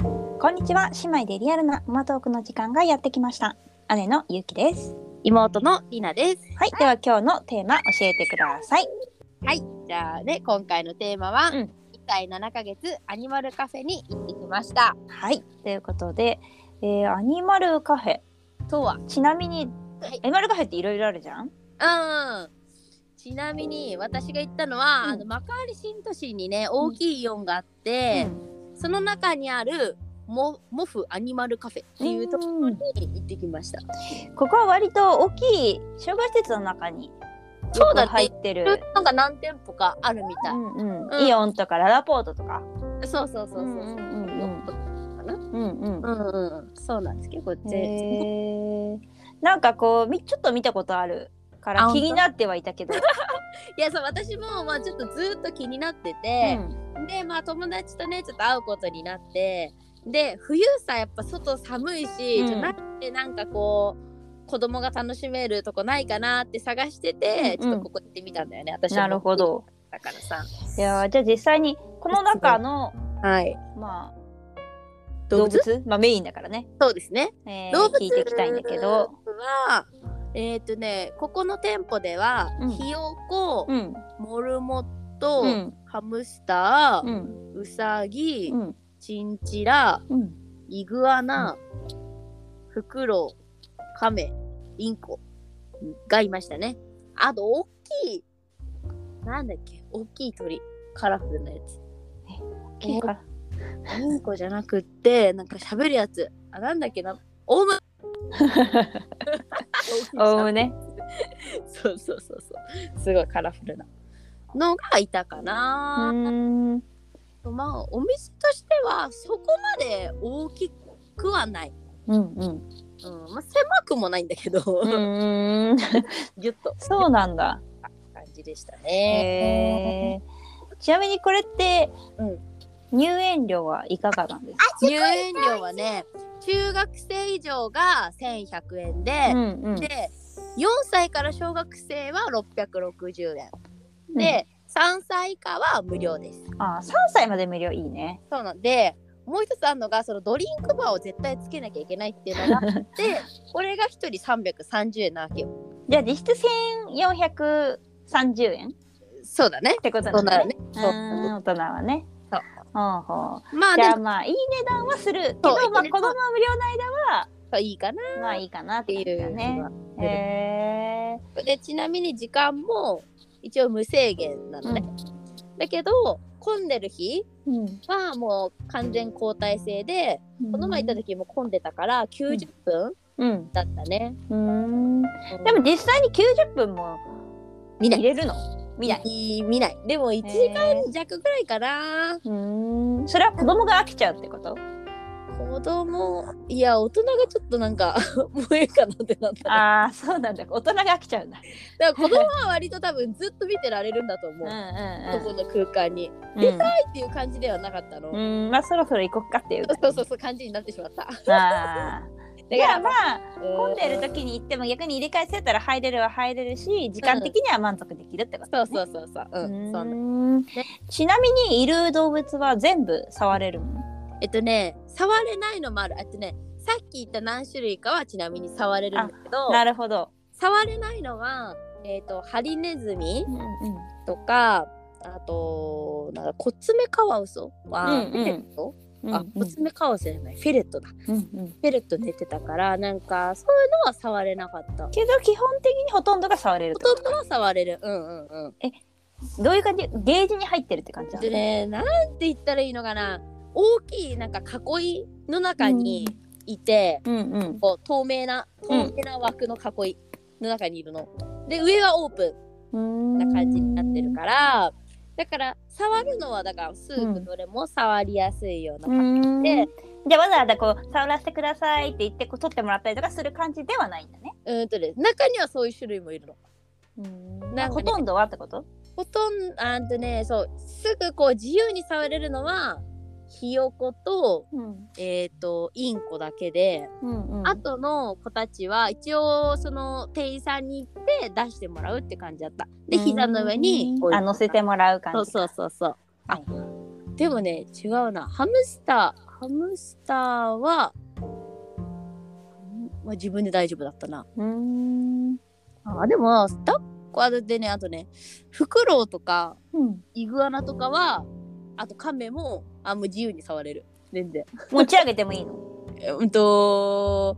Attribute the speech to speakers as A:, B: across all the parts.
A: こんにちは姉妹でリアルなマトークの時間がやってきました姉のゆうきです
B: 妹のりなです。
A: はいでは今日のテーマ教えてください
B: はい、じゃあね、今回のテーマは、
A: う
B: うん1歳7ヶ月アニマルカフェに行ってきました。
A: はいということで、えーアニマルカフェ
B: とは、
A: ちなみに
B: はい
A: アニマルカフェっていろいろあるじゃん
B: うん。ちなみに私が行ったのは、
A: うん
B: あの幕張新都心にね大きいイオンがあって、その中にあるモモフアニマルカフェっていうところに行ってきました。
A: ここは割と大きい商業施設の中に
B: そうだ
A: よ
B: ね
A: く入って
B: そうい
A: る
B: うのが何店舗かあるみたい。
A: うんうん
B: うん
A: イオンとかララポートとか
B: そうそうそうそう。
A: うんうんうん
B: かな
A: うんうん
B: うんうん、そうなんです結構ぜ
A: へーなんかこうみちょっと見たことあるか
B: あ
A: ら
B: 本
A: 気
B: 当
A: になってはいたけど、
B: いやそう私も、まあ、ちょっとずっと気になってて、でまあ友達とねちょっと会うことになってで冬さやっぱ外寒いし、
A: うん
B: ちょなんでなんかこう子供が楽しめるとこないかなって探してて、
A: うんうん
B: ちょっとここ行ってみたんだよね私
A: なるほど
B: だからさ
A: いやーじゃあ実際にこの中の
B: はい
A: まあ
B: 動物
A: まあメインだからね、
B: そうですね
A: えー
B: 動物
A: 聞いていきたいんだけど
B: はえっ、とねここの店舗では、
A: うん
B: ひよこ、
A: うん
B: モルモット、
A: うん
B: ハムスター、
A: うん
B: うさぎ、
A: うん
B: チンチラ
A: うん
B: イグアナ、フクロウカメインコがいましたねあと大きいなんだっけ大きい鳥カラフルなやつ
A: 聞いた
B: インコじゃなくってなんか喋るやつあなんだっけなオ ウム
A: オウムね
B: そうそうそうそうすごいカラフルなのがいたか
A: う
B: な、
A: ーん
B: まあお店としてはそこまで大きくはない、
A: うんうん
B: うんまあ、狭くもないんだけど、
A: うーん
B: ギュッと
A: そうなんだ
B: 感じでした
A: へ
B: ね。
A: えちなみにこれって、
B: うん
A: 入園料はいかがなんですか
B: 入園料はね中学生以上が1100円で、
A: んう
B: で4歳から小学生は660円で、3歳以下は無料です。
A: あー3歳まで無料いいね
B: そうなんでもう一つあるのがそのドリンクバーを絶対つけなきゃいけないっていうのがあって これが1人330円なわけよ。
A: じゃあ実質1430円っ
B: そうだね。
A: てこと
B: そう
A: な
B: だ
A: んだね
B: ね。
A: う
B: そ
A: ーん
B: う
A: 大人はね
B: そう
A: ほうほう
B: まあ
A: じ
B: で
A: ゃあ
B: も
A: まあいい値段はするけ
B: そ
A: ど、
B: う
A: まあ、
B: いい値
A: 子供
B: 段
A: は無料の間
B: いいかなっ
A: はまあいいかなってて
B: い
A: いううね。へ
B: ね
A: え
B: でちなみに時間も一応無制限なのね、だけど混んでる日
A: うん
B: はもう完全交代制で、この前行った時も混んでたから90分
A: うん
B: だったね、
A: うん
B: うん
A: でも実際に90分も
B: 見な
A: 入
B: い
A: れるの見ない
B: い見ないでも1時
A: へ
B: 間弱ぐらいかな
A: うんそれは子供が飽きちゃうってこと
B: 子供いや大人がちょっとなんか もういいかなってなったね
A: ああそうなんだ大人が飽きちゃうんだ
B: だから子供は割と多分ずっと見てられるんだと
A: う
B: 思
A: ん
B: う、
A: う
B: ここの空間に、
A: んうん
B: はいっていう感じではなかったの、
A: うんうんまあそろそろ行こっかっていう
B: そうそうそう感じになってしまった
A: あー
B: だ
A: じ
B: か
A: ゃあ
B: ら
A: まあ混
B: 混
A: んでる時に行っても逆に入れ替えせたら入れるは入れるし時間的には満足できるってこと
B: そう
A: ね
B: そうそうそう。う、
A: うん
B: そうなの
A: ーんちなみにいる動物は全部触れるの
B: えっとね、触れないのもある。えっとね、さっき言った何種類かはちなみに触れるんだけど、
A: なるほど、
B: 触れないのは、えっと、ハリネズミ
A: うんうん、
B: とか、あと、なんか、コツメカワウソは、
A: うん
B: フ
A: うん
B: ィレット、
A: あ
B: あ、コツメカワウソじゃない、フィレットだ。フ
A: うんうん、
B: ィレット寝てたから、なんか、そういうのは触れなかった。
A: けど基本的にほとんどが触れるって
B: ほ
A: こと
B: んどは触れる。うんうんうん。
A: とどういう感じゲージに入ってるって感じなの
B: でね、なんて言ったらいいのかな。大きい、なんか、囲いの中にいて、
A: うんうん
B: こう透明な透明な枠の囲いの中にいるの。で上はオープ
A: う
B: ン
A: ー
B: なん感じになってるからだから触るのはだからスープどれも触りやすいような
A: う
B: 感
A: ーん
B: じで
A: じゃあわざわざこう触らせてくださいって言ってこう取ってもらったりとかする感じではないんだね
B: うんとね中にはそういう種類もいるの。なんか
A: ほ
B: ね
A: とんどはってこと
B: ほとんどあんとねそうすぐこう自由に触れるのはひよこと,、
A: うん
B: えー、とインコだけで、
A: うんうん
B: あとの子たちは一応その店員さんに行って出してもらうって感じだった。で膝の上に置い
A: あ乗せてもらう感じ
B: そうそうそうそう。あ
A: はい
B: でもね違うなハムスターハムスターは、んまあ、自分で大丈夫だったな。
A: うん。
B: あでも、抱っこはでね、あとね、フクロウとか、
A: うん。
B: イグアナとかは、あとカメも、あ、もう自由に触れる。全然。
A: 持ち上げてもいいの。
B: えうんと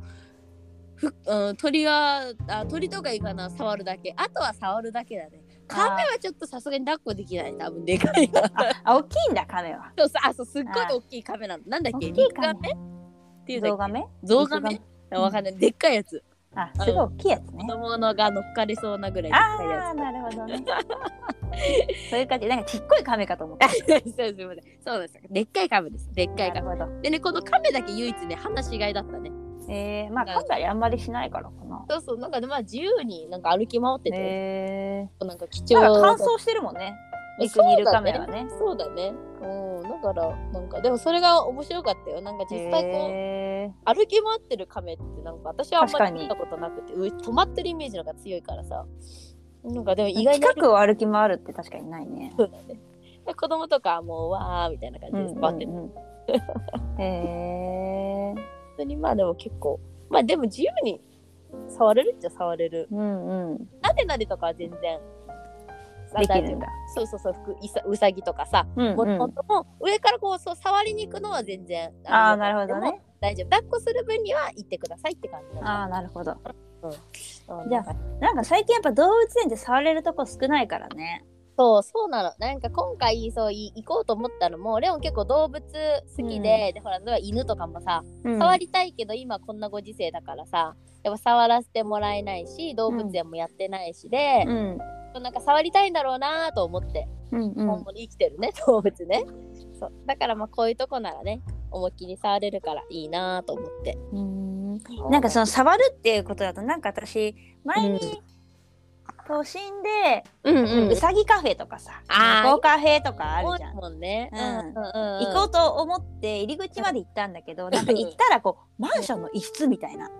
B: ふ、うん、鳥はあ鳥とかいいかな触るだけあとは触るだけだねカメはちょっとさすがに抱っこできない多分でかいな
A: あ、大きいんだ、亀は。
B: そうそうあそうすっごい
A: あー
B: 大きいカメなのなんだっけ
A: 大きいカメ
B: メっていうんだっ
A: ゾウガメ
B: けゾウガメ
A: メ
B: わかんないでっかいやつ
A: あ、すごい大きいやつね
B: 子。供のが乗っかれそうなぐらいでっ
A: あ
B: かいや
A: あ、なるほど ね。そういう感じ、なんかちっこい亀かと思った。
B: つ そうすいませんそうですでっかいカメですでっかい
A: な
B: カ
A: る
B: メ
A: ほど。
B: でねこのカメだけ唯一ね話しがいだったね
A: ええまあ、カメあんまりしないからかな。
B: そうそうなんかねまあ自由になんか歩き回ってて、
A: ええ
B: なんか貴
A: だ
B: 重
A: から乾
B: だった
A: 燥してるもんね。
B: そ
A: 陸
B: うだ
A: に
B: ね
A: いるカメはね。
B: そうだね。うん、だからなんかでもそれが面白かったよ。なんか実際こ
A: へー
B: う歩き回ってるカメってなんか私はあんま
A: 確か
B: り
A: に
B: 見たことなくて、う止まってるイメージの方が強いからさ。なんかでも意外に
A: 近くを歩き回るって確かにないね。
B: そうだね。で子供とかはもうわーみたいな感
A: うん
B: じで
A: う
B: 座
A: ん
B: ってて、
A: うん。へえ。
B: 本当にまあでも結構まあでも自由に触れるっちゃ触れる。
A: うんうん。
B: なでなでとかは全然。
A: できるんだ。
B: そうそうそうふくいさうさぎとかさ、
A: うん
B: もと
A: う
B: も
A: ん。
B: とも上からこうそう触りに行くのは全然
A: ああ、
B: の
A: なるほどね。
B: 大丈夫抱っこする分には行ってくださいって感じだ
A: ああ、なるほど。
B: うん
A: じゃあ
B: なんか
A: なんか最近やっぱ動物園で触れるとこ少ないからね。
B: そうそうなのなんか今回そうい行こうと思ったのもレオン結構動物好きで、でほら例えば犬とかもさ触りたいけど今こんなご時世だからさやっぱ触らせてもらえないし動物園もやってないしで
A: う、ん。
B: なんか触りたいんだろうなと思って、
A: うんう
B: 本
A: ん。
B: 物生きてるね 動物ねそうだからまあこういうとこならね思いっきり触れるからいいなと思って
A: うんなんかその触るっていうことだとなんか私前に都心で
B: うんうん、
A: うさぎカフェとかさ
B: あー
A: 猫カフェとかあるじゃん。
B: もんね、
A: うん
B: ん
A: 行こうと思って入り口まで行ったんだけどなんか行ったらこうマンションの一室みたいな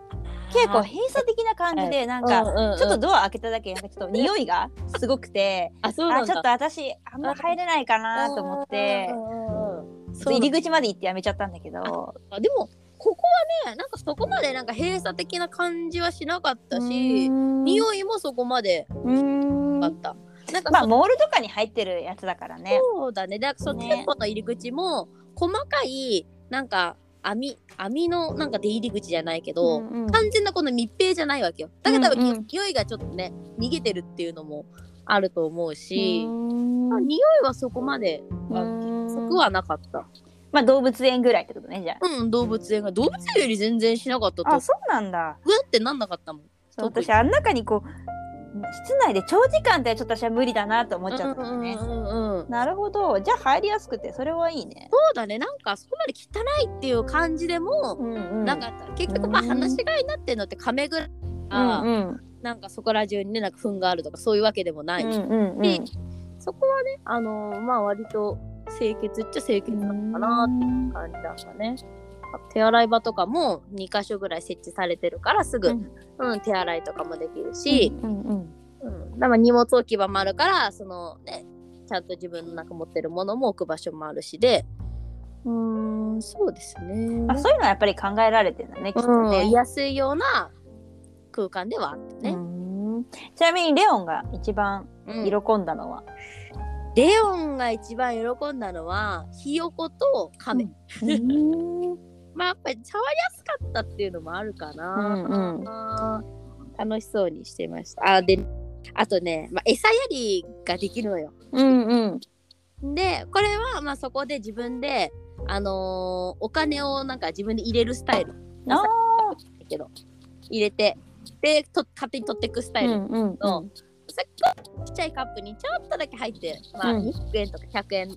A: 結構閉鎖的な感じでなん
B: う
A: か
B: んうんうん
A: ちょっとドア開けただけなんかちょっと匂いがすごくて
B: あそうな
A: あ
B: ん
A: ち
B: だ
A: ょっと私あんま入れないかなと思って
B: うんうんうんうん
A: ちょっと入り口まで行ってやめちゃったんだけど
B: あでもここはねなんかそこまでなんか閉鎖的な感じはしなかったし
A: 匂い
B: 匂いもそこまでだったなんか
A: まあ
B: そ
A: モールとかに入ってるやつだからね。
B: そうだねだからその
A: ね
B: 店舗の入り口も細かいなんか網網のなんか出入り口じゃないけど、
A: うんうん
B: 完全なこの密閉じゃないわけよだから多分、
A: うんうん
B: 匂いがちょっとね逃げてるっていうのもあると思うし、まあ
A: う
B: 匂いはそこまで
A: ん
B: そこはなかった
A: まあ動物園ぐらいってことねじゃ
B: うん動物園が動物園より全然しなかったと
A: あ。
B: 思う
A: あそうなんだ。
B: うわってなんなかったもん。
A: そう
B: 特に
A: 私あん中にこう室内で長時間ってちょっと私は無理だなと思っちゃったんだよね。
B: うんうんうん
A: なるほどじゃあ入りやすくてそれはいいね。
B: そうだねなんかそこまで汚いっていう感じでも
A: うんう
B: なかった、結局まあ
A: うん
B: 話し飼いになってるのって亀ぐらい、
A: うんうん
B: なんかそこら中にねなんか糞があるとかそういうわけでもない、
A: うんうんうん
B: でそこはねあのーまあ割と清潔っちゃ清潔なのかなっていう感じだったね。手洗い場とかも2か所ぐらい設置されてるからすぐ、
A: う
B: うんん手洗いとかもできるし、
A: うんうん
B: うん、だから荷物置き場もあるからそのねちゃんと自分の中持ってるものも置く場所もあるしでうーんそうですね
A: あそういうのはやっぱり考えられてるんだねきっと
B: うん、
A: ね。
B: 安いような空間ではあったね、
A: うんちなみにレオンが一番
B: うん
A: 喜んだのは、
B: レオンが一番喜んだのはひよことカメ、
A: ううん、
B: まあやっぱり触りやすかったっていうのもあるかな、
A: うんうん
B: あー楽しそうにしてましたあであとね、まあ、餌やりができるのよ
A: うん うん
B: でこれはまあそこで自分であのーお金をなんか自分で入れるスタイルだ
A: ああ
B: けど入れてでと勝手に取ってくスタイル、
A: うん
B: のそっかちっちゃいカップにちょっとだけ入ってまあ
A: うん
B: 200円とか100円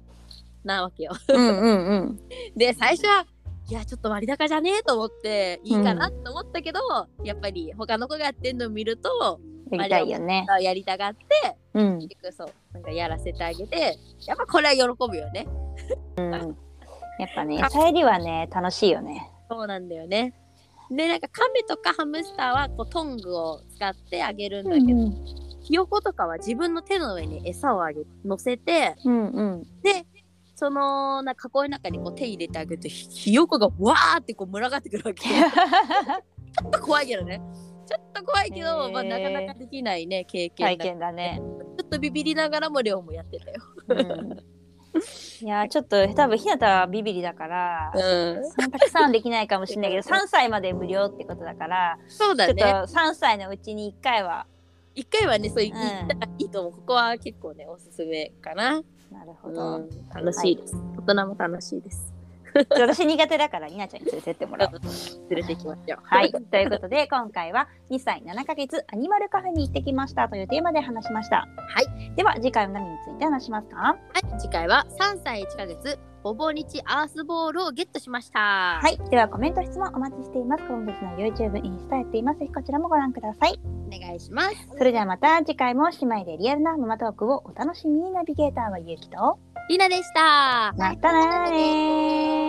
B: なわけよ
A: うんうんうん
B: で最初はいやちょっと割高じゃねえと思っていいかなと思ったけど、やっぱり他の子がやってんのを見ると
A: やりたいよね。
B: あやりたがって
A: うん。
B: 結局そうなんかやらせてあげてやっぱこれは喜ぶよね
A: やっぱね、餌やりはね、楽しいよね。
B: そうなんだよね。でなんかカメとかハムスターはこうトングを使ってあげるんだけど、
A: ん
B: ひよことかは自分の手の上に餌をあげ乗せて
A: うん。
B: でそのなんか囲いの中にこう手入れてあげるとひひよこがわーってこう群がってくる わけちょっと怖いけどねちょっと怖いけど、まあ、
A: へー
B: なかなかできないね経験
A: 体
B: だち
A: 験だね。
B: ょっとビビりながらもレオもやってたよ、
A: いやーちょっと多分ひなたはビビリだから、
B: うん、
A: たくさんできないかもしれ ないけど3歳まで無料ってことだから、
B: そうだ
A: ちょっと
B: ね
A: 3歳のうちに1回は。
B: 一回はねそういう
A: うん
B: 行ったらいいと思う、ここは結構ねおすすめかな、
A: なるほど。
B: うん、楽しいです、大人も楽しいです
A: 私苦手だからひなちゃんに連れてってもらおう。
B: 連れてきましょう
A: はい。 ということで、今回は2歳7ヶ月アニマルカフェに行ってきましたというテーマで話しました。はい。では、次回は何について話しますか
B: はい、次回は3歳1ヶ月ほぼ日アースボールをゲットしました。は、
A: はいい。では、コメント、質問お待ちしています。今月の YouTube、インスタやっています。ぜひこちらもご覧ください。
B: お願いします。
A: それではまた次回も姉妹でリアルなママトークをお楽しみにナビゲーターはゆうきと、
B: りなでした。
A: またねー